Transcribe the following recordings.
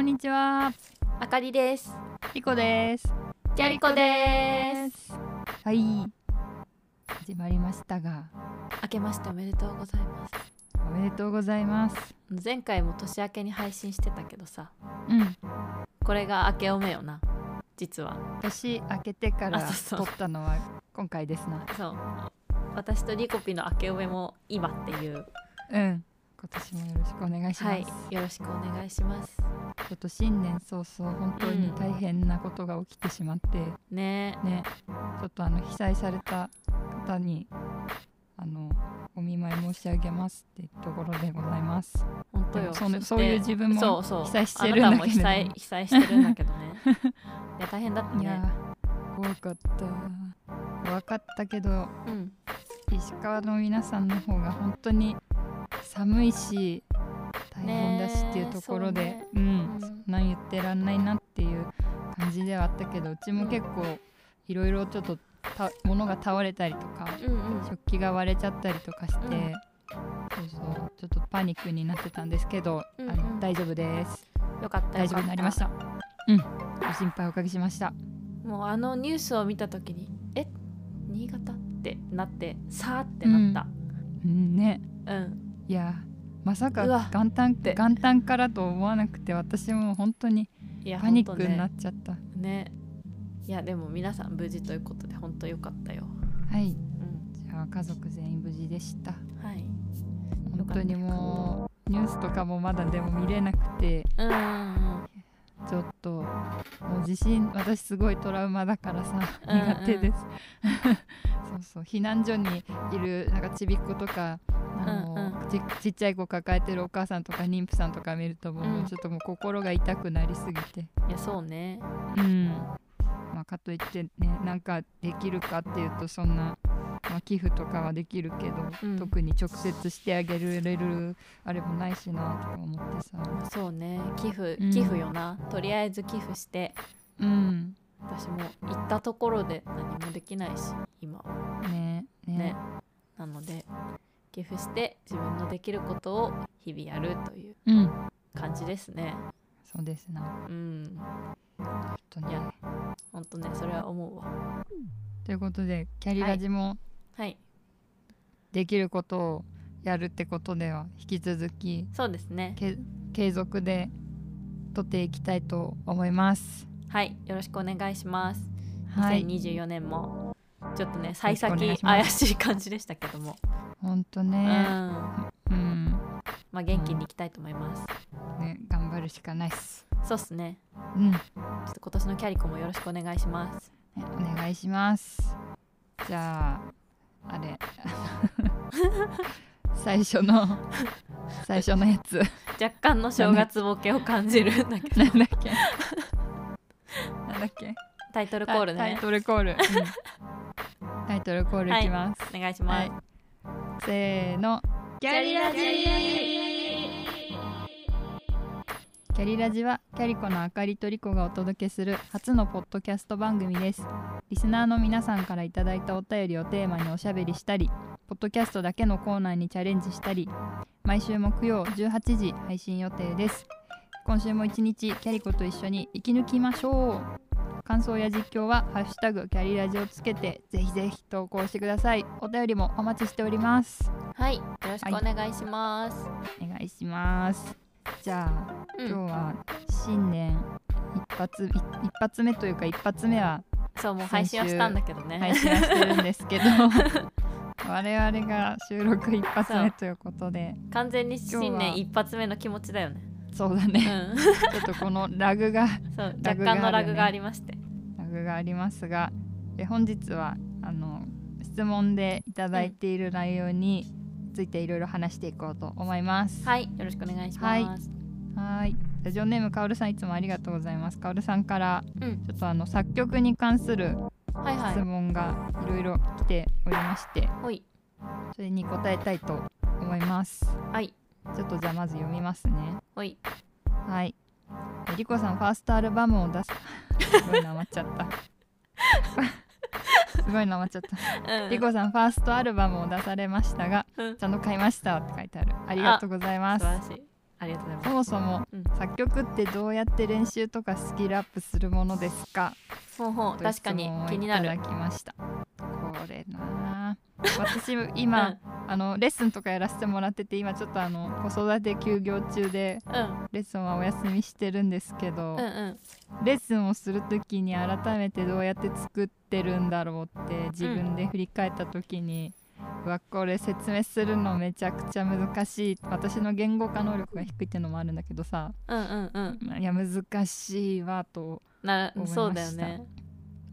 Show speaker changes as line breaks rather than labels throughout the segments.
んにちは、
あかりです。
リコです。
じゃりこです。
はい、始まりましたが、
明けましておめでとうございます。
おめでとうございます。
前回も年明けに配信してたけどさ、
うん、
これが明けおめよな。実は。
年明けてから
あそう
撮
そう
ったのは今回ですな。
そう。私とリコピの明けおめも今っていう。
うん、今年もよろしくお願いします。
はい。よろしくお願いします。
ちょっと新年早々本当に大変なことが起きてしまって、
ね
ね、ちょっとあの被災された方にあのお見舞い申し上げますっていうところでございます。
え、本当
でも
よ。
その
して
そういう自分も
そうそう
被災してるんだけれども
あなたも被災被災してるんだけ どね。いや大変だった
い
ね。
やー怖かった怖かったけど
うん。
石川の皆さんの方が本当に寒いし大変だしっていうところで、
ねえ
う
うん
ん、なん言ってらんないなっていう感じではあったけどうちも結構いろいろちょっとた物が倒れたりとか
うんうん。
食器が割れちゃったりとかして、
うん
そうそうちょっとパニックになってたんですけど、
うんうん
あの大丈夫です
よかったよかった。
大丈夫になりましたうんご心配おかけしました
もうあのニュースを見た時に「え新潟?」ってなってさーってなった
うんね
うん、
いやまさか
うわ
元旦
て
元旦からと思わなくて私も本当に
いや
パニックにな
て
っちゃった、
ねねいやでも皆さん無事ということで本当よかったよ
はい
うん
じゃあ家族全員無事でした
はいよ
本
かった
当にもうニュースとかもまだでも見れなくて
うんうんうん
ちょっともう地震私すごいトラウマだからさ
うんうん
苦手です、 そうそう避難所にいるなんかちびっ子とかあの、
うん
ちちっちゃい子抱えてるお母さんとか妊婦さんとか見るともう,、
うん
ちょっともう心が痛くなりすぎて
いやそうね
うんまあ、かといってねなんかできるかっていうとそんな、まあ、寄付とかはできるけど、
うん
特に直接してあげられるあれもないしなとか思ってさ、
そうね寄付
うん
寄付よな、とりあえず寄付して
うん
私も行ったところで何もできないし今は
ねね
ねなので寄付して自分のできることを日々やるという
うん
感じですね
そうですな
うん
ちょっと
い
ね
や本当ねそれは思うわ
ということでキャリラジも
はい
できることをやるってことでは引き続き
そうですね
け継続で撮っていきたいと思います。
はいよろしくお願いします
はい、
2024年もちょっとね
ろ
幸
しくお願いします
先怪しい感じでしたけども、
本当
うん
ね、
ま
うん、
あ元気にいきたいと思います、
ね頑張るしかないっす。
そうっすね
うん。
ちょっと今年のキャリコもよろしくお願いします
ねお願いしますじゃああれ 最初の最初のやつ
若干の正月ボケを感じるんだけど
なんだっけなんだっけ
タイトルコール
タイ
ね
トルコール、うんタイトルコールいきます、
お願いします、
はいせーのキャリラジキャリラジはキャリコのあかりとりこがお届けする初のポッドキャスト番組ですリスナーの皆さんからいただいたお便りをテーマにおしゃべりしたりポッドキャストだけのコーナーにチャレンジしたり毎週木曜18時配信予定です今週も一日キャリコと一緒に生き抜きましょう感想や実況はハッシュタグキャリラジをつけてぜひぜひ投稿してくださいお便りもお待ちしております
はい、よろしくお願いします、
お願いしますじゃあ
うん
今日は新年一発い一発目というか一発目は
そうもう配信はしたんだけどね、
配信はしてるんです けど我々が収録一発目ということで
完全に新
今日は
年一発目の気持ちだよね
そうだ
う
ね、
ん
ちょっとこのラグが
そう
ラ
若
グがあるね
干のラグがありまして
ラグがありますがえ本日はあの質問でいただいている内容についていろいろ話していこうと思います。
はい、よろしくお願いします。
はいラジオネームかおるさんいつもありがとうございます。かおるさんから、
うん
ちょっとあの作曲に関する
はい、はい、
質問がいろいろ来ておりまして
ほい、
それに答えたいと思います
はい、
ちょっとじゃあまず読みますね
ほい、
はいえりこさんファーストアルバムを出す すごいなまっちゃった すごいなまっちゃった
うん
りこさんファーストアルバムを出されましたが
うん
ちゃんと買いましたって書いてあるありがとうございま
素
す
晴らしい。ありがとうござい
そ
ま
もそも
うん
作曲ってどうやって練習とかスキルアップするものですか
すほうほう
という
確
質
かに
問を
気にないる
ただきましたこれなあ私今、あのレッスンとかやらせてもらってて今ちょっとあの子育て休業中で
うん
レッスンはお休みしてるんですけど、
うんうん
レッスンをする時に改めてどうやって作ってるんだろうって自分で振り返った時に、うわこれ説明するのめちゃくちゃ難しい私の言語化能力が低いっていうのもあるんだけどさ
うんうんうん
いや難しいわと
な
思いました
そうだよね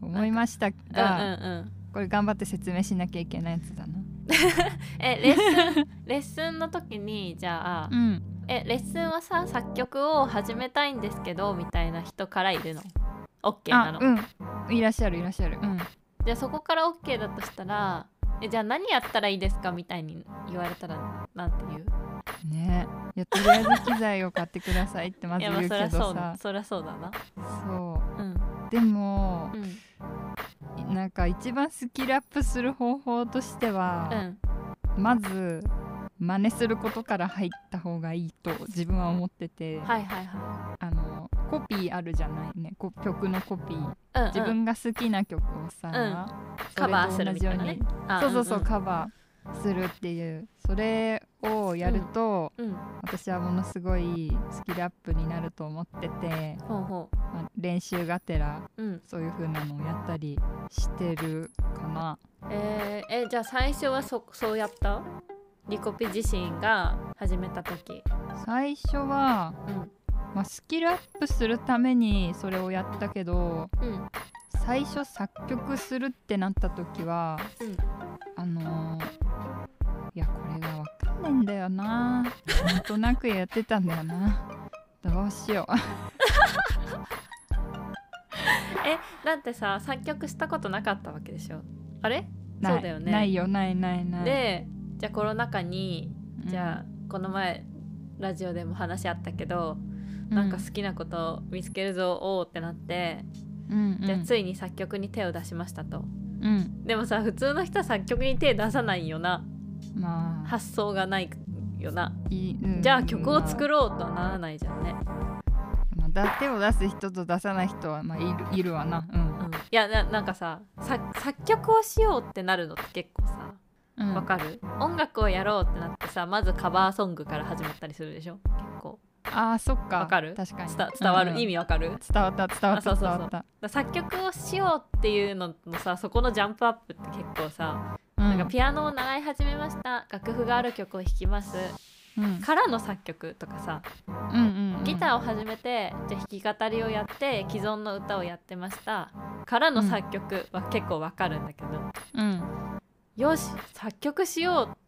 思いました
うんうん
が、
うん
これ頑張って説明しなきゃいけないやつだな。
えレッスン レッスンの時にじゃあ、
うん、
えレッスンはさ作曲を始めたいんですけどみたいな人からいるの OK な
あ
の、
うんいらっしゃるいらっしゃる。うん
じゃあそこから OK だとしたらえじゃあ何やったらいいですかみたいに言われたらなんて言う
ねいやとりあえず機材を買ってくださいってま
い
ず
やまあ
言う
そり
け
ゃそ
ど
うだ
さ
そりゃそうだな
そ
うん
うでも
う、ん
なんか一番スキルアップする方法として
う
は、
ん
まず真似することから入った方がいいと自分は思ってて、
はいはいは
あのコピーあるじゃないねこ曲のコピー
い、うんうん、
自分が好きな曲をさ、それ
カ
と
バーするみたい
同じよ
な
う
ね
にそうそうそう、カバーするっていうそれをやると、
うんうん、
私はものすごいスキルアップになると思ってて、
ほうほ
まあ練習がてら
ううん
そういう風なのをやったりしてるかな
えー、えじゃあ最初はそそうやったリコピ自身が始めた時
最初は、
うん
まあ、スキルアップするためにそれをやったけど
うん
最初作曲するってなった時は
うん
あのーいやこれがわかんないんだよななんとなくやってたんだよなどうしよう
だってさ作曲したことなかったわけでしょあれ
ない
そうだよね
ないよないないない
でじゃあコロナ禍に
うん
じゃあこの前ラジオでも話あったけど、
う
なんか好きなことを見つけるぞおーってなって、
うんうん
じゃあついに作曲に手を出しましたと
うん
でもさ普通の人は作曲に手出さないよな
まあ
発想がないよない
いうん
じゃあ曲を作
る、
ろうとはならないじゃんね、
まあだ手を出す人と出さない人は、まあ、いるいるわな
うん、いやななんかさ作作曲をしようってなるのって結構さ
うん、うん、
わかる、音楽をやろうってなってさまずカバーソングから始まったりするでしょ結構
あーそっか
わかる
確かに
伝伝わる、
うんうん
意味わかるだか
伝わった伝わっ
あそ
た
うそ
伝
う
わ
そう
った
ら作曲をしようっていうののさそこのジャンプアップって結構さ、
うん
なんかピアノを習い始めました楽譜がある曲を弾きます
うん
からの作曲とかさ
うんうん
ギタ
ー
ーを始めてじゃあ弾き語りをやって既存の歌をやってましたからの作曲は結構わかるんだけど、
うん
よし作曲しようっ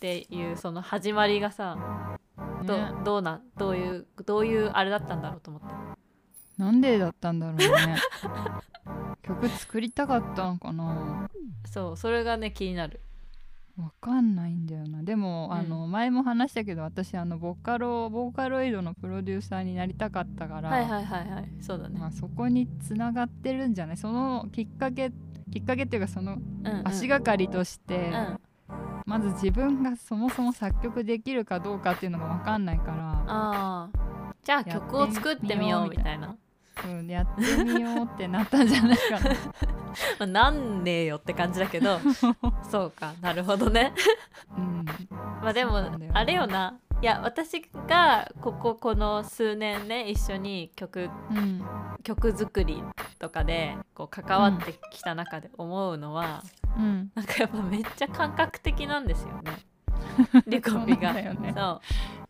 ていうその始まりがさど,、
ね
どうなどういうどういうあれだったんだろうと思って
なんでだったんだろうね 曲作りたかったのかな
そうそれがね気になる
わかんないんだよなでも、
うん
あの前も話したけど私あのボカロボーカロイドのプロデューサーになりたかったから、
はいはいはいはいそうだね、
まあ、そこにつながってるんじゃないそのきっかけきっかけっていうかその
うんうん、
足がかりとして、
うん
まず自分がそもそも作曲できるかどうかっていうのが分かんないから、
あーじゃあ曲を作ってみようみたいな
うん、やってみようってなったんじゃないかな
まあなんねえよって感じだ けどそうかなるほどね
うん
まあで
そ
も
うなんだよね
あれよないや私がこここの数年ね一緒に曲
うん
曲作りとかでこう関わってきた中で思うのは、
うん
なんかやっぱめっちゃ感覚的なんで すよねリコ
そうな
ピ
ん
が。
だよね
そ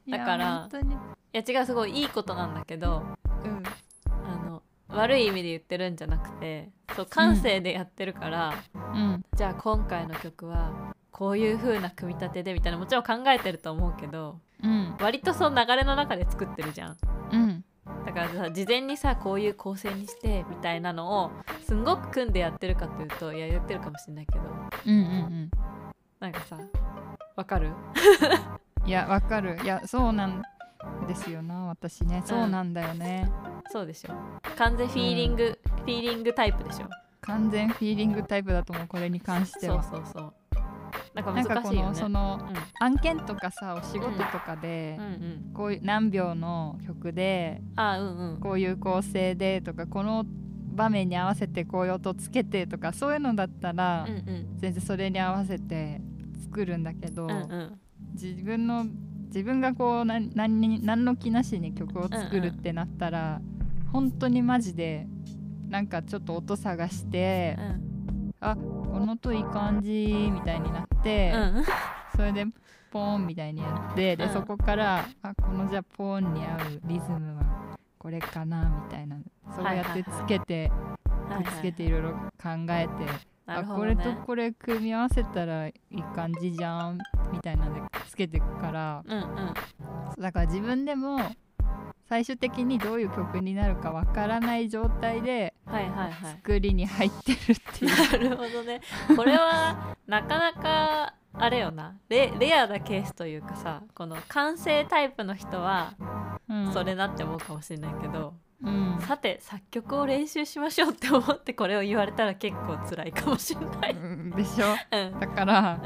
うだから
いや本当に
いや違うすごいいいことなんだけど
うん
あの悪い意味で言ってるんじゃなくてそう感性でやってるから、
うん
じゃあ今回の曲はこういう風な組み立てでみたいなもちろん考えてると思うけど
うん
割とその流れの中で作ってるじゃん。
うん
だからさ事前にさこういう構成にしてみたいなのをすんごく組んでやってるかというといややってるかもしれないけど
うんうん
なんかさわかる
うんいやわかるいやそうなんですよな私ねそうなんだよね、
そうでしょ完全フィーリング、フィーリングタイプでしょ
完全フィーリングタイプだと思うこれに関して
そう
は
そうそうなんか
なんか
難
こ
しいよ
の
ね
その案件とかさお仕事とかで
うん、うんうん
こういう何秒の曲で
あうんうん
こういう構成でとかこの場面に合わせてこういう音つけてとかそういうのだったら
うんうん
全然それに合わせて作るんだけど、
うんうん
自分の自分がこう何何に何の気なしに曲を作るってなったら、本当にマジでなんかちょっと音探して、
うん
この音いい感じみたいになって、
うん
それでポーンみたいにやってで、
うん
そこからあこのじゃあポーンに合うリズムはこれかなみたいなそうやってつけて、
はいはい
つけていろいろ考えて、
な
あ
るほ
こ
ど
れ
ね
とこれ組み合わせたらいい感じじゃんみたいなのでつけていくから。
うんうん
だから自分でも最終的にどういう曲になるかわからない状態で
はいはいはい
作りに入ってるっていう、
なるほどねこれはなかなかあれよなレレアなケースというかさこの完成タイプの人は
うん
それなって思うかもしれないけど、
うん
さて作曲を練習しましょうって思ってこれを言われたら結構辛いかもしれな
う
い。
んでしょ
うんうん
だから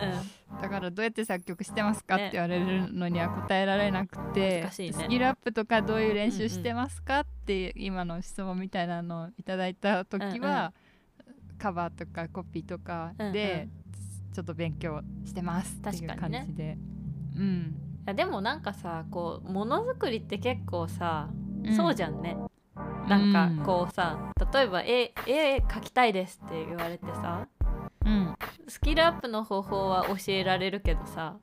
だからどうやって作曲してますかっ
ね
て言われるのには答えられなくて、
難しいね
スキルアップとかどういう練習してますかって今の質問みたいなのをいただいた時は、カバーとかコピーとかでちょっと勉強してますっていう
確か
感
にね
じで、うん
いやでもなんかさこうものづくりって結構さ、そうじ
ゃ
ゃんね
ん
なんかこうさ例えば絵「絵描きたいです」って言われてさ
うん、うん
スキルアップの方法は教えられるけどさ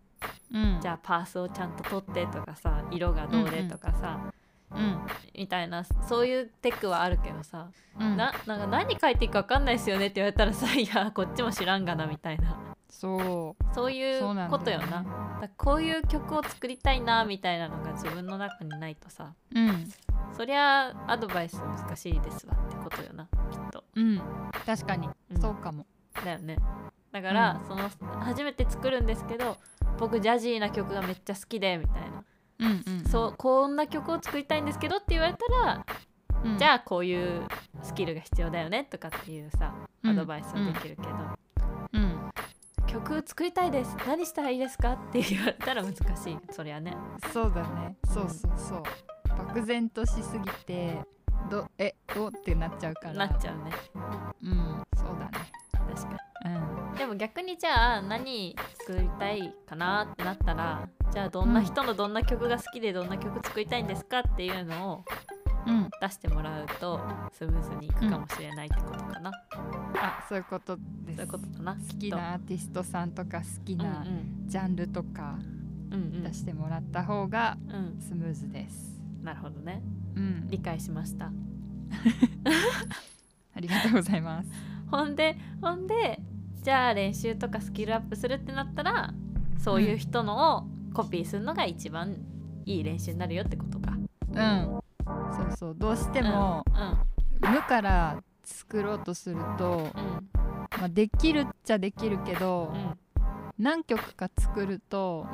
うん、
じゃあパースをちゃんと取ってとかさ色がどうでとかさ、
うん、
みたいなそういうテクはあるけどさ、
うん、
ななんか何書いていいか分かんないですよねって言われたらさ いやこっちも知らんがなみたいな。
そう
そういう
そうなんだよね
ことよな。だからこういう曲を作りたいなみたいなのが自分の中にないとさ、
うん
そりゃアドバイス難しいですわってことよな、きっと。
うん確かに、
うん
そうかも
だよね。だから、その初めて作るんですけど、僕ジャジーな曲がめっちゃ好きでみたいな、
うんうん
そうこんな曲を作りたいんですけどって言われたら、
うん、
じゃあこういうスキルが必要だよねとかっていうさ、アドバイスはできるけど、
うん、うん
曲作りたいです何したらいいですかって言われたら難しいそりゃね。
そうだねそうそうそう漠然としすぎてどえおってなっちゃうから
なっち
ゃ
ゃうね
ううんそうだね
確かに。でも逆にじゃあ何作りたいかなってなったらじゃあどんな人のどんな曲が好きでどんな曲作りたいんですかっていうのを
うんうん
出してもらうとスムーズにいくかもしれないってことかな、
あそういうことです
そういうことかな
好きなアーティストさんとか好き
うんう
なんジャンルとか
うん
出してもらった方が
うんうん
スムーズです
なるほどね
うん
理解しました
ありがとうござい ます
ほんでほんでじゃあ練習とかスキルアップするってなったらそういう人のをコピーするのが一番いい練習になるよってことか
うんそうそうどうしても、
う
無から作ろうとすると、
んうん
まあ、できるっちゃできるけど
うん
何曲か作ると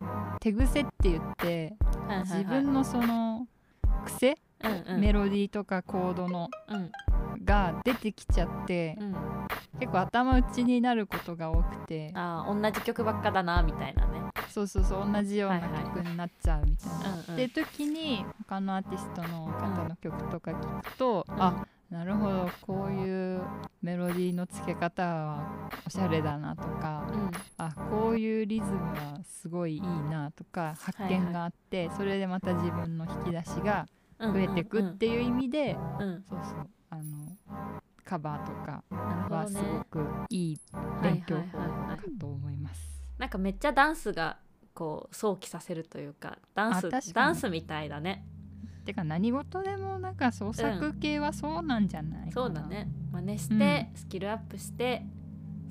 う
手癖って言って
んはいはいはい
自分のその癖、
うんうん
メロディーとかコードの
うん
が出てきちゃって
うん
結構頭打ちになることが多くて
あー同じ曲ばっかだなみたいなね。
そうそうそう同じような
はいはい
曲になっちゃうみたいな。
うん
って時に他のアーティストの方の曲とか聞くと、あ、なるほどこういうメロディーの付け方はおしゃれだなとか
うん
あこういうリズムはすごいいいなとか発見があって、それでまた自分の引き出しが
うん、
増えてくっていう意味で、
うんうん
そうそうあのカバーとか
なる
は
ほ
す
ど
ご
ね。
くいい勉強方法かと思います。
なんかめっちゃダンスがこう想起させるというかダン
あ確かに
スダンスみたいだね。
てか何事でもなんか創作系はそうなんじゃないかな、
そうだね。真似して、スキルアップして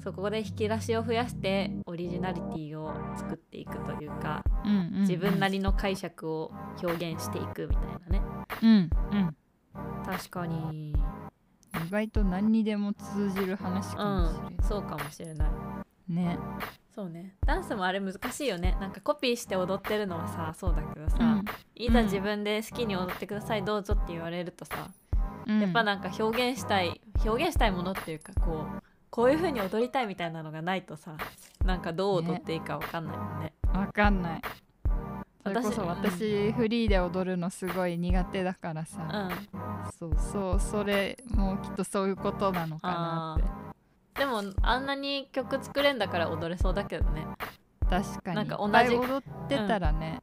そこで引き出しを増やしてオリジナリティを作っていくというか
うんうんうん、
自分なりの解釈を表現していくみたいなね。
うんうん
確かに。
意外と何にでも通じる話
う
かもしれ
んそうかもしれない。
ない、ね
そうねダンスもあれ難しいよねなんかコピーして踊ってるのはさそうだけどさ、いざ自分で好きに踊ってくださいどうぞって言われるとさ、
うん、
やっぱなんか表現したい表現したいものっていうかこうこういう風に踊りたいみたいなのがないとさなんかどう踊っていいかわかんないもんね
わかんないそれこそ
私
私フリーで踊るのすごい苦手だから
う
さ、
ん
そうそうそれもうきっとそういうことなのかなって
でもあんなに曲作れんだから踊れそうだけどね
確かに
なんか同じ
いっぱい踊ってたらね、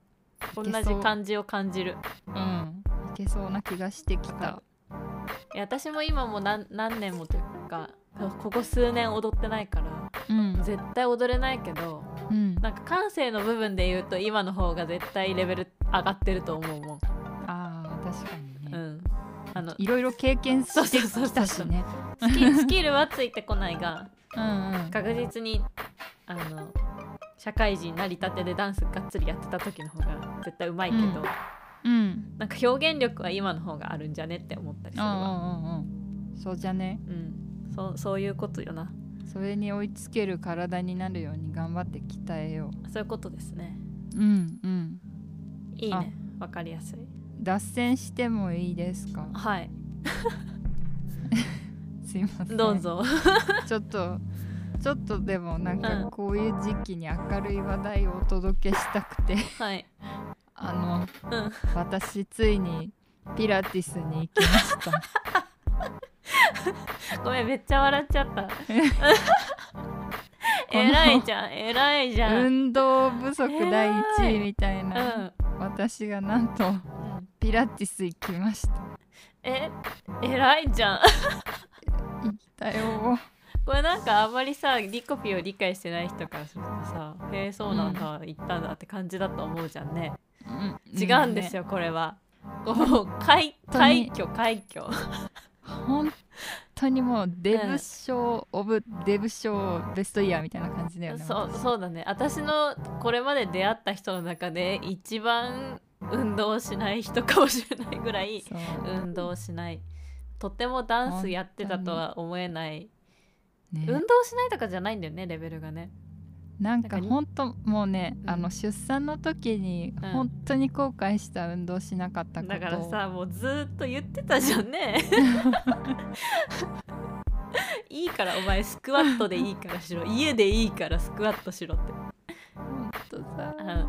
同
いけそう
じ感じを感じる
うんいけそうな気がしてきた
いや私も今もう何何年もというかここ数年踊ってないから
うん
絶対踊れないけど
うん
なんか感性の部分で言うと今の方が絶対レベル上がってると思うもん、
あー確かに
う
ね、
ん、あの
いろいろ経験
そう
して
そうそう
き
そう
たしね
スキスキルはついてこないが
うんうん
確実にあの社会人なりたてでダンスがっつりやってた時の方が絶対うまいけど、
うんうん
なんか表現力は今の方があるんじゃねって思ったりす
う
る
んう
わ、
んうんうんそうじゃね
うん、そうそういうことよな
それに追いつける体になるように頑張って鍛えよ
そういうことですね
ううんうん
いいねわかりやすい
脱線してもいいですか
はい
すいません
どうぞ
ちょっとちょっとでもなん
う
か
ん
こういう時期に明るい話題をお届けしたくて
はい
あの
うん
私ついにピラティスに行きま した
ごめんめっちゃ笑っちゃった えらいじゃんえらいじゃん、うん
運動不足第一位みたいな、
うん
私がなんとピラティス行きました
ええらいじゃん
行ったよ
これなんかあんまりさリコピを理解してない人からするとさ「へえそうなんだ、行ったんだ」って感じだと思うじゃんね違うんです
よ、
よ、これはもう快
当に
快挙快挙
本当にもうデブ賞、オブデブ賞ベストイヤーみたいな感じだよね
そうそうだね私のこれまで出会った人の中で一番運動しない人かもしれないぐらい
そう
運動しないとてもダンスやってたとは思えない
ね
運動しないとかじゃないんだよねレベルがね
なんか
なんか
本当もうね、
うん
あの出産の時に
うん
本当に後悔した運動しなかったこと
だからさもうずーっと言ってたじゃ んねいいからお前スクワットでいいからしろ家でいいからスクワットしろって
本当さ、
うん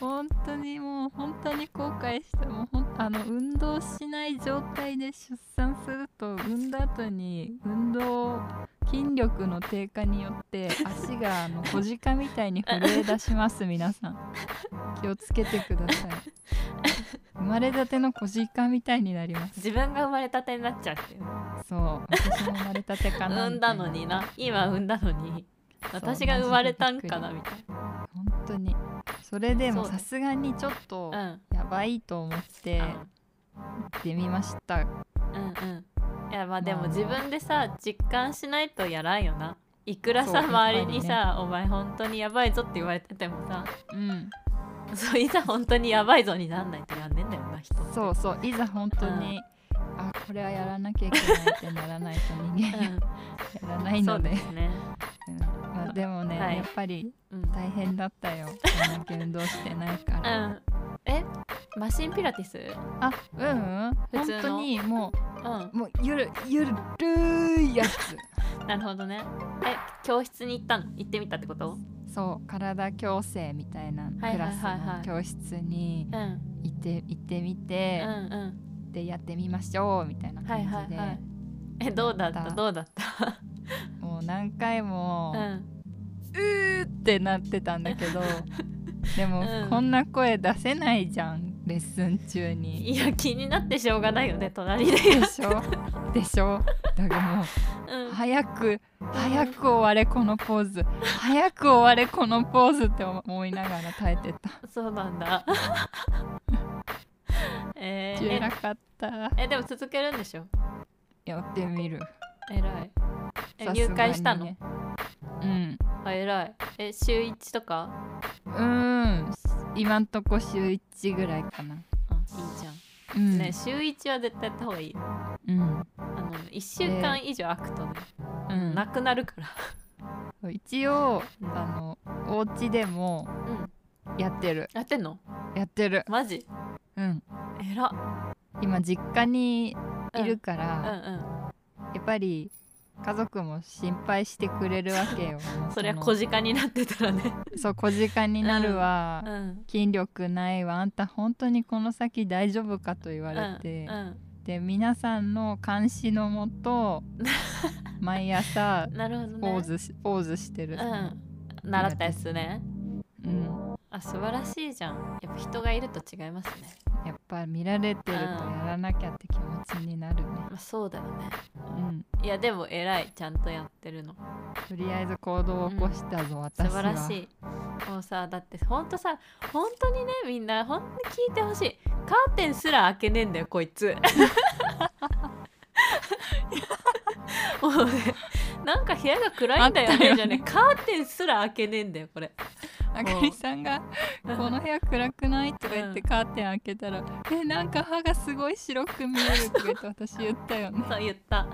本当にもう本当に後悔したもうほんあの運動しない状態で出産すると産んだ後に運動筋力の低下によ って足があの小鹿みたいに震え出します皆さん 気をつけてください生まれたての小鹿みたいになります
自分が生まれたてになっちゃうっていう
そう私も生まれたてかな
産ん
みた
だ
いな
のにな今産んだのに
そう
私が生まれたんか
マ
な
ジ
みたい
本当にそれでも
そう
さ
ね
すがにちょっと
なうん
やばいと思って行ってみました
うんうんいやまあで
ま
も
あ
自分でさ実感しないとやらんよないくら
そう
さ
やっぱ
周
りね
りにさ、お前本当にやばいぞって言われててもさ
うん
そういざ本当にやばいぞになんないとやんねえんだよな人って
そうそういざ本当に、あこれはやらなきゃいけないってならないと人間やらない
うん、そ
の
う
で
ですね、
うんまあ、でもね、
はい
やっぱり
うん
大変だったよこんだけ運動してないか
う
ら、
ん、えマシンピラティス
あうんうん
普
本
通の
当にも
う
うもうゆるゆるいやつ
んなるほどねえ教室に行ったの行ってみたってこと
そう体矯正みたいなク
はいはい
ラス
はいはい
の教室に
うん
行って行ってみ
う
て
ん、うん
でやってみましょうみたいな
は
感
い
じで、
はいはい。えどうだっ
だ
たどうだった。
もう何回も、
うん。
うーってなってたんだけどでも、
うん
こんな声出せないじゃんレッスン中に。
いや気になってしょうがないよね隣で。
でしょでしょだからも
う。
うん早く早く終われこのポーズ早く終われこのポーズって思いながら耐えてた
そうなん だ。えー
偉かった
ええでも続けるんでしょ。
やってみる
えらい。え
さすがに
入
ね
会したの。
うん
あえらい。え週一とか。
うーん今んとこ週1ぐらいかな
あいいじゃん。
うん、
ね週一は絶対やった方がいいよ。
うん
あの一週間以上空くとね、
うん
なくなるから。
一応
うん
あのお家でも
うん。
やってる
やってんの？
やってる
マジ？
うん
えら。
今実家に
うん
いるか
うんう
ら、
ん。
やっぱり家族も心配してくれるわけ よ
そりゃ
の
小鹿になってたらね、
そう小鹿になるわ、
うん、
筋力ないわあんた本当にこの先大丈夫かと言われて、
うん
で皆さんの監視のもと 毎朝
うん、なるほどね
ポーズしポーズしてる、
うん、習ったやつね
うん
あ素晴らしいじゃんやっぱ人がいると違いますね、
やっぱ見られてると
うん
やらなきゃって気持ちになるね、
まあ、そうだよね
うん、
いやでも偉いちゃんとやってるの
とりあえず行動を起こしたぞ、私
素
は
晴らしいもうさだってほんとさほんとにねみんなほんとに聞いてほしいカーテンすら開けねえんだよこい つもうねなんか部屋が暗いんだ
あ
よ
ったよ
ね
ね
じゃねカーテンすら開けねえんだよこれ
あかりさんが「この部屋暗くない?」とか言って
う
カーテン開けたら「えなんか歯がすごい白く見える」とか言って私言ったよ ね
そう言ったも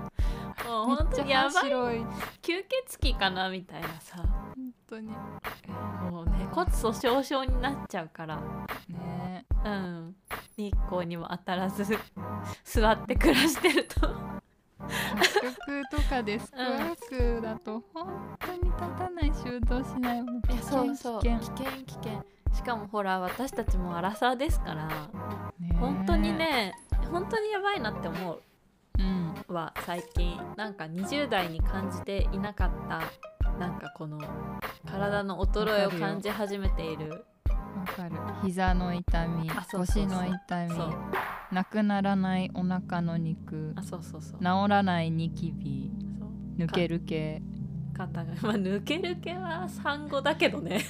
う
め
ほん
っ
と
ちゃ
に
歯
やばい
白い本
吸血鬼かなみたいなさ
当に
もうね骨粗しょう症になっちゃうから
ね
うん日光にも当たらず座って暮らしてると
作曲とかデスクワークだと本当に立たない修道しないもう
い
危
やそ
険
う
危
そう
険
危険危険しかもほら私たちもアラサーですから
ね
本当にね本当にやばいなって思
うん
うは最近なんか20代に感じていなかったなんかこの体の衰えを感じ始めている
わかる膝の痛み
あそうそうそう
腰の痛み
そう
なくならないお腹の肉
あそうそうそう
治らないニキビ
そう
抜ける系
肩が、まあ、抜ける毛は産後だけど ね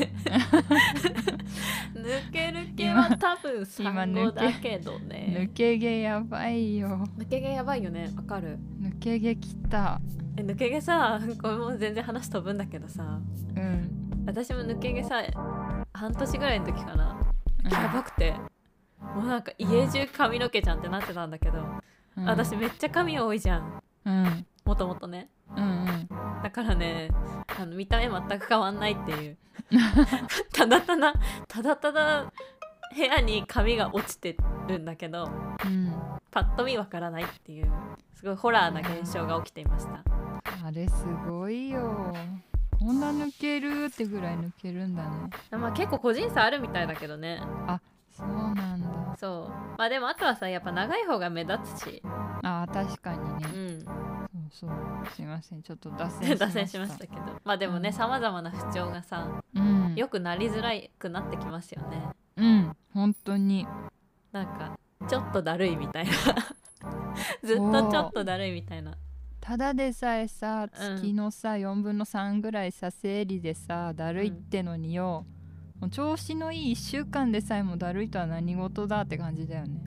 抜ける毛は多分産後だけどね
抜け毛やばいよ
抜け毛やばいよねわかる
抜け毛きた
え抜け毛さこれも全然話飛ぶんだけどさ
うんうん
私も抜け毛さ半年ぐらいの時かなやばくてもうなんか家中髪の毛じゃんってなってたんだけど、
うん
私めっちゃ髪多いじゃん
うん
もともとね
うんうん
だからねあの見た目全く変わんないって いうただただただただ部屋に髪が落ちてるんだけど
うん
パッと見わからないっていうすごいホラーな現象が起きていました
あれすごいよこんな抜けるってぐらい抜けるんだね
まあ結構個人差あるみたいだけどね
そうなんだ
そうまあでもあとはさやっぱ長い方が目立つし
あ確かにね
う、ん
そうそうすいませんちょっと脱線しました
脱線しましたけどまあでもねさまざまな不調がさ
うん
良くなりづらくなってきますよね
うん本当に
なんかちょっとだるいみ たいなずっとちょっとだるいみたいな
ただでさえさ
うん
月のさ、4分の3ぐらいさ生理でさだるいってのによ、もう調子のいい1週間でさえもだるいとは何事だって感じだよ ね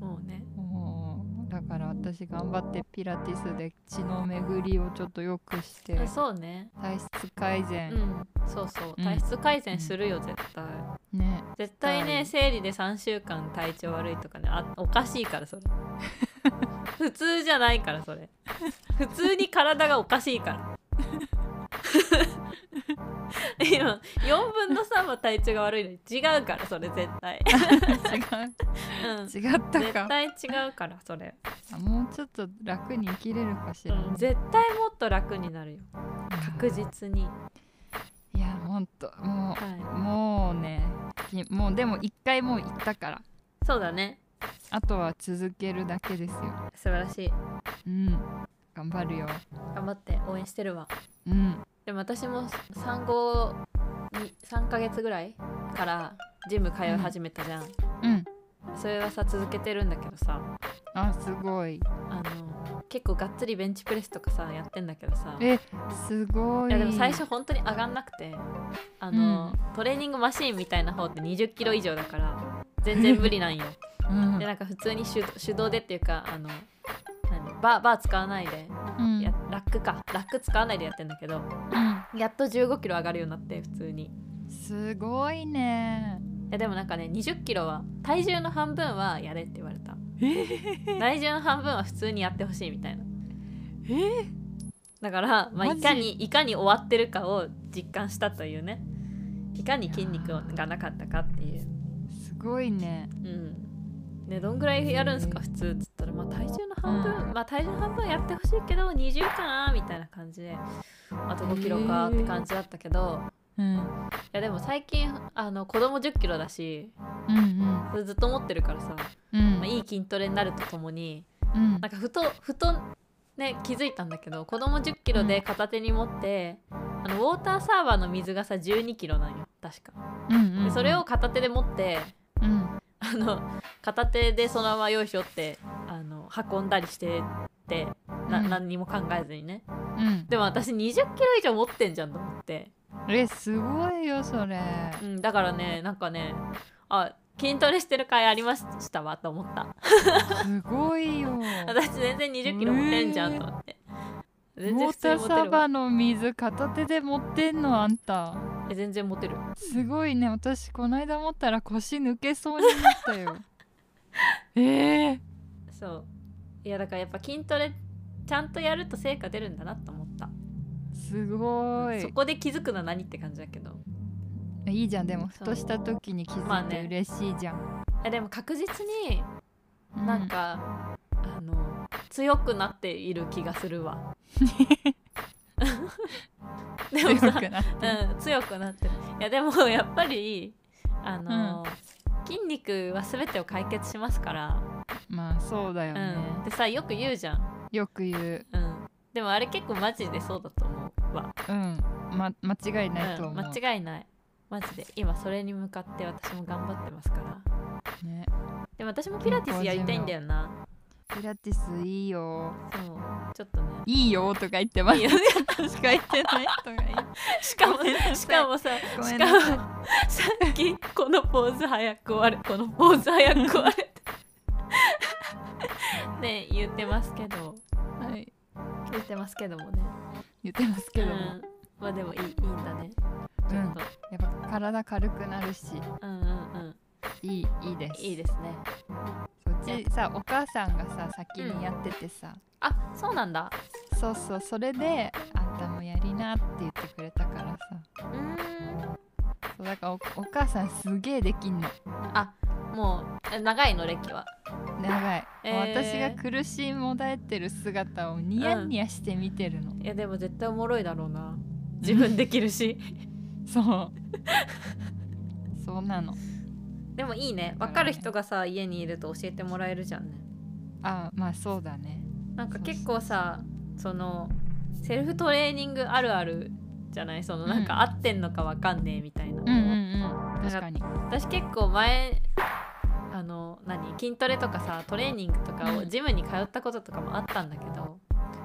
もうね
もうだから私頑張ってピラティスで血の巡りをちょっと良くして
そうね
体質改善、
うんそうそう
うん
体質改善するよ絶対
ね
絶対
は
ね
い
生理で3週間体調悪いとかねあおかしいか らそれ普通じゃないからそれ普通に体がおかしいから 今4分の3は体調が悪いのに違うからそれ絶対、
違う
うん、
違った
絶
か
対違うからそれ、
あもうちょっと楽に生きれるかし
う
ら、
ん、絶対もっと楽になるよ確実に、
いやほんとも
は
うもうねきもうでも一回もう行ったから
い、そうだね
あとは続けるだけですよ
素晴らしい
うん頑張るよ
頑張って応援してるわ
うん
でも私も産後に3ヶ月ぐらいからジム通い始めたじゃん、
うん
それはさ続けてるんだけどさ
あすごい
あの結構がっつりベンチプレスとかさやってんだけどさい
えすごい
やでも最初本当に上がんなくてあの、トレーニングマシーンみたいな方って2 0キロ以上だから全然無理なんよ
うん
でなんか普通に手手動でっていうかあの何バーバー使わないで
うん
やラックかラック使わないでやってんだけどやっと1 5キロ上がるようになって普通に
うんすごいね
いやでもなんかね2 0キロは体重の半分はやれって言われた体重の半分は普通にやってほしいみたいな
え
だから、まあ、
マ
い
ジ
かにいかに終わってるかを実感したというねいかに筋肉がなかったかっていう
すごいね
うんねどんぐらいやるんですか普通っつったらまあ体重の半分、
うん
まあ体重半分やってほしいけど20かなみたいな感じであと5キロかって感じだったけど、
うん
いやでも最近あの子供1 0キロだし
うん
それずっと持ってるからさ、
うん
まあ、いい筋トレになるとともに
うん
なんかふとふとね気づいたんだけど子供1 0キロで片手に持って、あのウォーターサーバーの水がさ1 2キロなんよ確か。
うんう
で
ん
それを片手で持って
うん
あの片手でそのままよいしょってあの運んだりしてってな、
うん
何にも考えずにね
うん
でも私2 0キロ以上持ってんじゃんと思って、
えすごいよそれ
うん、だからねなんかねあ筋トレしてる回ありましたわと思った
すごいよ
私全然2 0キロ持ってんじゃんと思って、
ウ
全
ォ
然
ータ ーサ
普通に持て
ー
る
バー
わ
の水片手で持ってんのあんた
え全然持てる
すごいね私この間持ったら腰抜けそうになった よええ
そういやだからやっぱ筋トレちゃんとやると成果出るんだなと思った
すご
そ
い
こで気づくのは何って感じだけど
いいじゃんでもふ
そう
とした時に気
まあ
づいて
ね
嬉しいじゃん、
えでも確実に
う
なんか、あの強くなっている気がするわ。 でも
強
さ、
くなってる
うん、強くなってる。いやでもやっぱりあの、筋肉は全てを解決しますから、
まあそうだ
う
よね、
ん、でさよく言うじゃん、
よく言う
うん、でもあれ結構マジでそうだと思うわ、
うんま間違いないと
う
思
ん、
う、
間違いないマジで今それに向かって私も頑張ってますから
ね
でも私もピラティスやりたいんだよな
ピラティスいいよ
そうちょっとね
いいよとか言ってます
いいよ
しか言って ない人がいる
しかも
ごめんなさい
しかもさ
ごめ
し
ん
か
な
も
さい
さっきこのポーズ早く終わるこのポーズ早く終わる ね言ってますけど
はい
言ってますけどもね
言ってますけども、
うん、まあでもいいいいんだねちょっと、
やっぱ体軽くなるし
うん、うんうん
いいいいです
いいですね
うちさお母さんがさ先にやっててさ、
あそうなんだ
そうそうそれであんたもやりなって言ってくれたからさ
うーん
そうだからおお母さんすげえできんの
あもうえ長いの歴は
長い、
えー
もう私が苦しいもだえてる姿をニヤニヤして見てるの、
いやでも絶対おもろいだろう な自分できるし
そうそうなの
でもいいね分かる人がさ家にいると教えてもらえるじゃんね
あまあそうだね
なんか結構さそのセルフトレーニングあるあるじゃないそのなん
うん
か合ってんのかわかんねえみたいな、
うんうんうん確かに
私結構前あの何筋トレとかさトレーニングとか
う
を
ん
ジムに通ったこととかもあったんだけど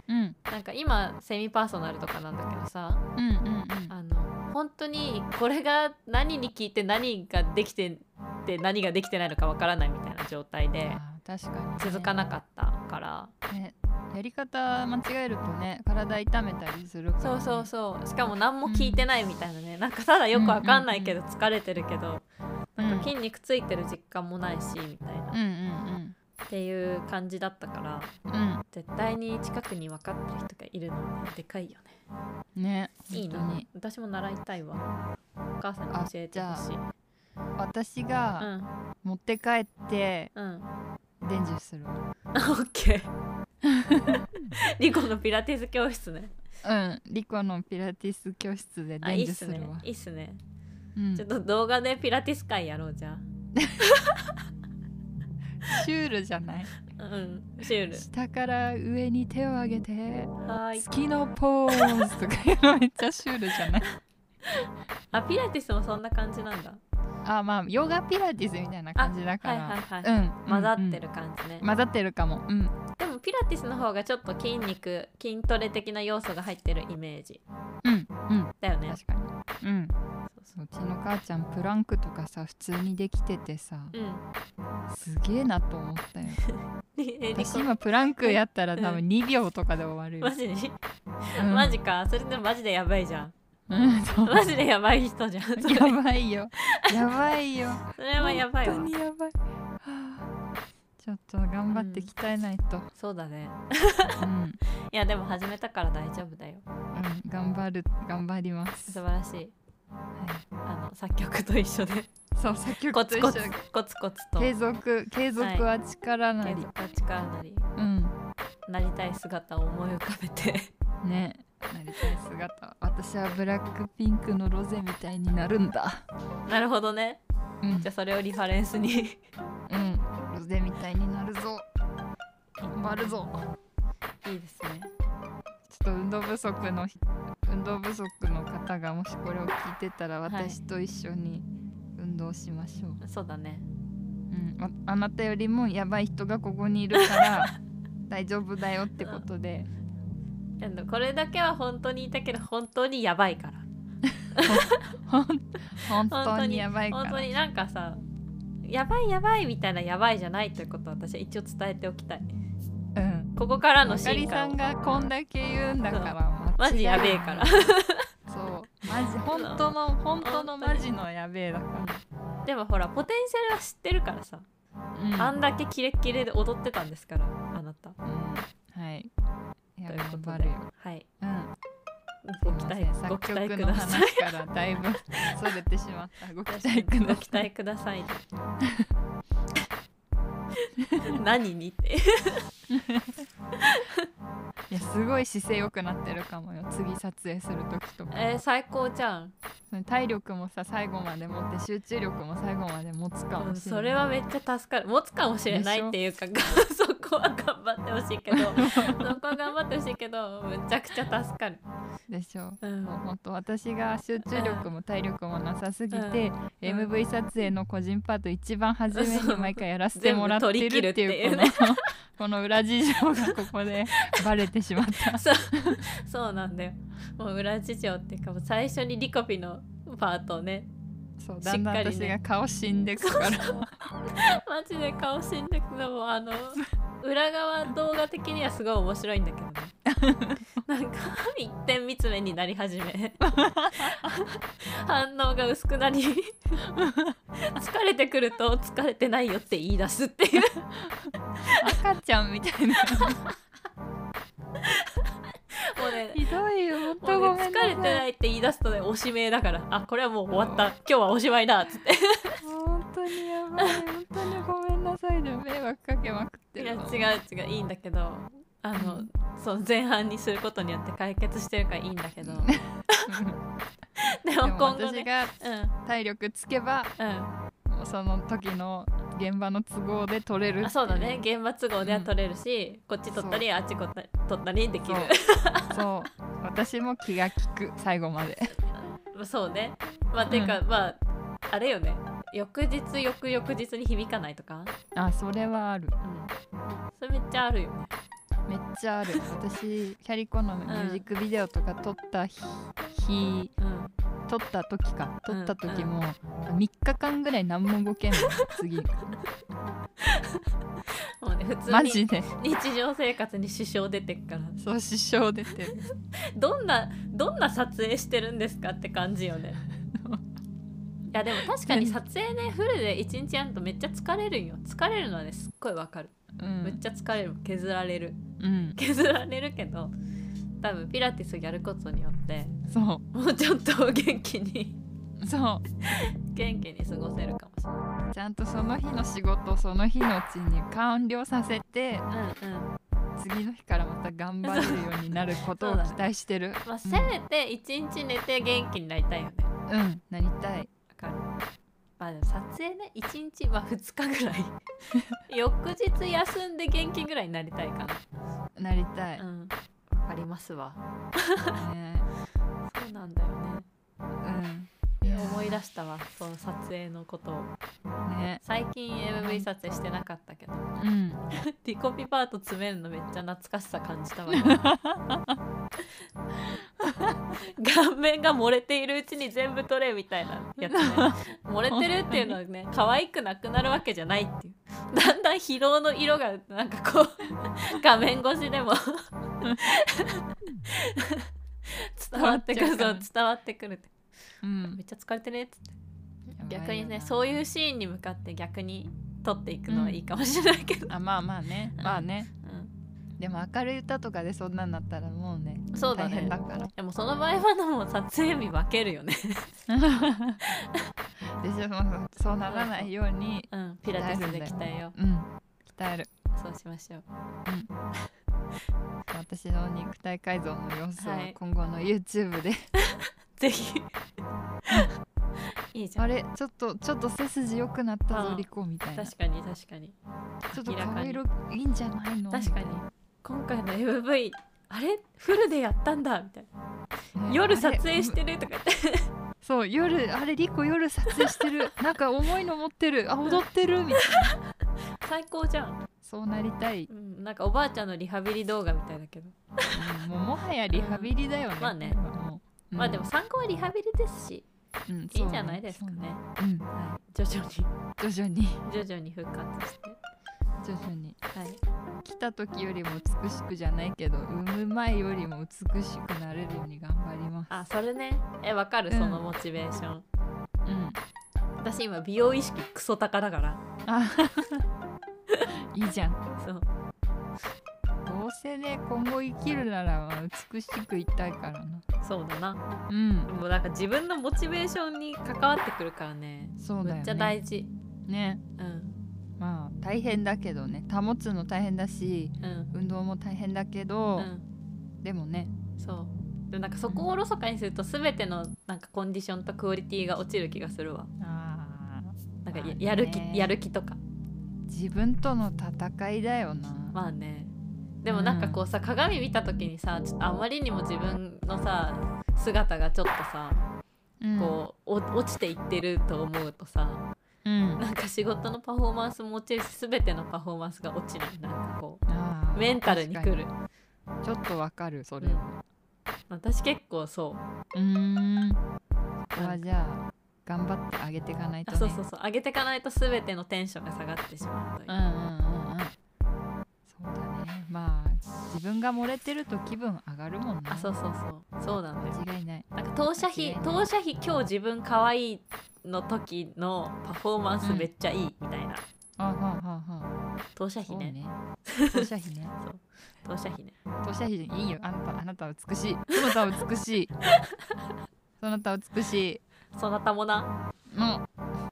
うん
なんか今セミパーソナルとかなんだけどさ
うんうんうん
あの本当にこれが何に効いて何ができてで何ができてないのかわからないみたいな状態で
あー確かにね、
続かなかったから。
ねやり方間違えるとね体痛めたりするから、
そうそうそうしかも何も聞いてないみたいなね、なんかただよくわかんないけど疲れてるけど、
うん
なんか筋肉ついてる実感もないしみたいな、
うんうん
っていう感じだったから
うんうん
絶対に近くに分かってる人がいるのは、ね、でかいよね
ね
いい
本当
な
に
私も習いたいわお母さんに教えてほしい
私が
う
持って帰って
んうん
伝授するわ
オッケーリコのピラティス教室ね
うんリコのピラティス教室で
あい
伝
いっ
授す
す
る
ね
わ
いいっすね、
うん
ちょっと動画でピラティス会やろうじゃ
シュールじゃない
あうんシュール
下から上に手を上げて
はーい
好きのポーズとかいうのめっちゃシュールじゃ ない
あピラティスもそんな感じなんだ
あまあヨガピラティスみたいな感じだか
はい
ら、
はいはい、
うん
混ざって
る、
る感じね、
うん混ざってるかもうん
でもピラティスの方がちょっと筋肉筋トレ的な要素が入ってるイメージ
うんうん
だよね
確かにうん
そうそう
うちの母ちゃんプランクとかさ普通にできててさ
うん
すげえなと思った よ
えリ
私
コ
今プランクやったら
うん
多分2秒とかで終わるよ
マジに、
うん
マジかそれでマジでやばいじゃん
うんそう
マジでやばい人じゃんそれ
やばいよやばいよ
それはやばいわ
本当にやばいはあちょっと頑張って鍛えないと
そうだね
うん、うん、
いやでも始めたから大丈夫だよ
頑張る頑張ります、
素
は
晴らしいあの作曲と一緒で
い、そう作曲
コ
と
ツ
一緒
コ
だ
ツ
けど
コツコツと
継続継続は力な
継
り、
続は力なり
うん
なりたい姿を思い浮かべて
ねなりたい姿私はブラックピンクのロゼみたいに なるんだ
なるほどね
うん
じゃあそれをリファレン スに
うんロゼみたいになるぞ頑張るぞ
いいですね
ちょっと運動不足の運動不足の方がもしこれを聞いてたら
い
私と一緒に運動しましょう、
そうだね
うん、ああなたよりもやばい人がここにいるから 大丈夫だよってことで
でもこれだけは本当にいたけど本当にやばいから
ほん本当にやばいか
本当
ら
になんかさやばいやばいみたいなやばいじゃないということを私は一応伝えておきたい
うん
ここからの
あかり
進
さ
化を
んがこんだけ言うんだから
マジや
間違
べえ
いない
から
そうマジ本当の本当のマジのやべえだか
でもほらポテンシャルは知ってるからさ、
ら、
あんだけキレッキレで踊ってたんですからあな
う
た
んはいいや
というこ
頑
と
張
で
るよ
はい
うん
ご期待ご
作
期待
曲
く
の
ださい
話からだいぶそれてしま った。ご期待く
ご
だ
期
さ
待
い。
ください 何にって
いやすごい姿勢良くなってるかもよ。次撮影する時とか。
えー最高じゃん、
その体力もさ最後まで持って集中力も最後まで持つか
う
も
ん
し
そ
れない。
れはめっちゃ助かる持つかもしれないっていうか そこは頑張ってほしいけど そこは頑張ってほしいけどむちゃくちゃ助かる、
でしょ。
う、
うん本 当私が集中力も体力もなさすぎて、
うん
MV 撮影の個人パート一番初めに毎回やらせてもらってるっていう
全部取り切る
こ
っ
の この裏事情がここでバレてしまった。
そうそうなんだよもう裏事情っていうかもう最初にリコピのパートをね
そう
しっ
だ
か
んだ
りね
ん私が顔死んでくから。
マジで顔死んでくのもあの裏側動画的にはすごい面白いんだけどね なんか一点見つめになり始 め反応が薄くな り疲れてくると疲れてないよって言い出すっていう
赤ちゃんみたいな
もうね
ひどいよ本当
も
ご
う
め
ね疲
んなさ
れ
い
てないって言い出すとねおしめだからあこれはもう終わった今日はおしまいだっつって
本当にやばい本当にごめんなさいで迷惑かけまくっ
い
て
や
る
違
の
う違ういいんだけどあの、
うん
その前半にすることによって解決してるからいいんだけ どで
でも
も今後
私
ね
が
うん
体力つけば
うん
もうその時の現場の都合で取れるってい
あそうだね現場都合では取れるし、こっち取ったりあっち取ったり取ったりでき
そう
る
そう私も気が利く最後まで
そうねまあていうか、まああれよね翌日翌々日に響かないとか、
あそれはある
うん、それめっちゃあるよね
めっちゃある私キャリコのミュージックビデオとか撮った日、日
うん
撮った時か撮った時も3日間ぐらい何も動け ない次
もうね普通
マ
に
ジで
日常生活に支障出てっから
そう支障出てる
どんなどんな撮影してるんですかって感じよ ねいやでも確かに撮影ねフルで一日やるとめっちゃ疲れるんよ疲れるのはねすっごいわかる、
う
めっ
ん
ちゃ疲れる削られる
うん
削られるけど多分ピラティスやることによって
そ
もうちょっと元気に
うそう
元気に過ごせるかもし
ちゃんとその日の仕事をその日のうちに完了させて
れない、うんうん
次の日からまた頑張れるようになることを期待してる
まあ、せめて一日寝て元気になりたいよねわ
うんなりたい
かるまあでも撮影ね一日まあ2日ぐ らい翌日休んで元気ぐらいになりたいか
なりたい
な、う、ん、わかりますわ
ね
そうなんだよね
うん
いや思い出したわその撮影のことを
ね
最近 MV 撮影してなかったけど
うん
ディコピパート詰めるのめっちゃ懐かしさ感じたわ 顔面が漏れているうちに全部取れみたいなやつ、ね、漏れてるっていうのは ね可愛くなくなるわけじゃないっていうだんだん疲労の色がなんかこう 画面越しでも伝わってくるそう伝わってくるって
うん
めっちゃ疲れてねっつって逆にね
う
そういうシーンに向かって逆に撮っていくのはいいかもしれないけど、
あまあまあねまあね
うん
でも明るい歌とかでそんなんなったらもうね
そうだ
大
ね
変だから
でもその場合はもう撮影日分けるよね、
でしょもうそうならないように
うん、ピラティスで鍛えよ
うん鍛える
うそうしましょう、
私の肉体改造の様子を
はい
今後の YouTube で、
ぜひいいじゃ
あ
ん
れちょっとちょっと背筋良くなった
う
ぞ
ん
リコみたいなち
確かに確かに
ょっと顔色いいんじゃないの
確かに
み
今回の MV あれフルでやったんだみたいな
たいなね
夜
あれ
撮影してるとか言って
そう夜あれリコ夜撮影して るなんか重いの持ってるあ踊ってるみたいな
最高じゃん、
そうなりたい、
うん、なんかおばあちゃんのリハビリ動画みたいだけど、
うんもうもはやリハビリだよね、
まあね
今もう
まあでも、参考はリハビリですし
うんうん
いいんじゃないですかね
そううん
はい、徐々に
徐々に
徐々に復活して
徐々に
はい
来た時よりも美しくじゃないけど産む前よりも美しくなれるように頑張ります
あそれねえわかる
うん
そのモチベーション、
うん
私今美容意識クソ高だから
あいいじゃん
そう
どうせね今後生きるならまあ美しくいたいからな
そうだな
うん
もうなんか自分のモチベーションに関わってくるからね
そうだよね
めっちゃ大事
ね
うん
まあ大変だけどね保つの大変だし
うん
運動も大変だけ
う
ど、
ん
でもね
そうでもなんかそこをおろそかにすると全てのなんかコンディションとクオリティが落ちる気がするわ
あ
なんか
まあね
ややる気やる気とか
自分との戦いだよな、
まあねでもなんかこうさ鏡見た時にさちょっとあまりにも自分のさ姿がちょっとさ
うん、
こう、お落ちていってると思うとさ
うん、
なんか仕事のパフォーマンスも落ちるし全てのパフォーマンスが落ちないなんかこ
あ
う
ー
メンタルにくる
確かにちょっとわかるそれは
私結構そう
うーんここはじゃあ頑張ってあげていかないと
あ
ね
そうそうそう上げていかないと全てのテンションが下がってしまうという
うんうんうんうんそうだねまあ自分が漏れてると気分上がるもんね
あそうそうそうそうなんだよ
間違いない
なんか当社費
間違いな
当社費今日自分可愛いの時のパフォーマンスめっちゃいいみたいな、
あはあはあはあ
当社
そ
費
う
ね
ね当社費ね
当社費ね
当社費でいいよあなたあなたは美しいそなたは美しいそなたは美しい
そなたもな
の。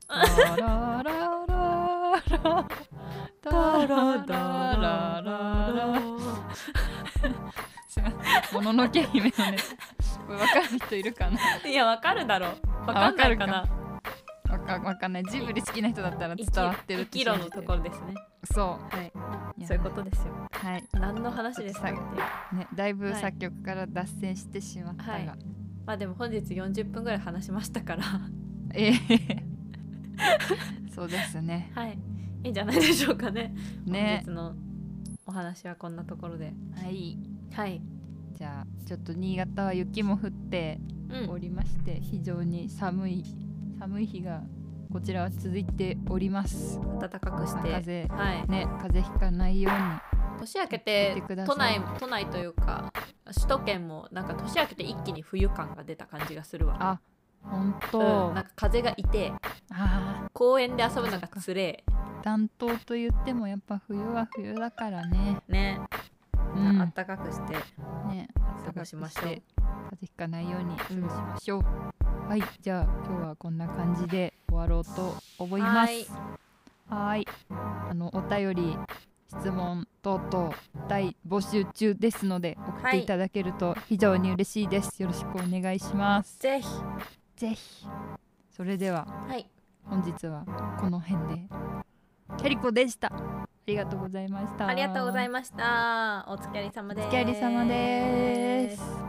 ラララララタラララララ もののけ姫のね。これわかる人いるかない
やわかるだろうわかんないか
わ
な
わかわかんない。ジブリ好きな人だったら伝わってる
生きろのところですね
そ
はい、
う。
そういうことですよ。
と。はい。
何の話ですかっていう。
ね、だいぶ
はい
作曲から脱線してしまったが。
はいまあでも本日40分ぐらい話しましたから、
ええ そうですね。
はい、いいんじゃないでしょうかね。
ね
本。日のお話はこんなところで。
はい。
はい。
じゃあちょっと新潟は雪も降って。
うん
お。りまして非常に寒い寒い日がこちらは続いております
暖かくして。
風邪
はい。
ね風邪ひかないよ
年明けて
見てくださ
都
い
内都内というか首都圏もなんか年明けて一気に冬感が出た感じがするわ。
うに本当、
うん、なんか風がいて
あ
公園で遊ぶのがつれ
ー暖冬と言ってもやっぱ冬は冬だからね
えね。
う
じゃ
ん
あ暖かくして
ね
過ごしましょう
暖かくて風邪ひかないように過ごしましょう、はいじゃあ今日はこんな感じで終わろうと思います
はい
はーいあのお便り質問等々大募集中ですので送っていただけると非常に嬉しいです、よろしくお願いします
ぜひ
ぜひそれでは
はい
本日はこの辺でキャリコでしたありがとうございました
ありがとうござい
ま
ましたお疲れ様です
お疲れ様です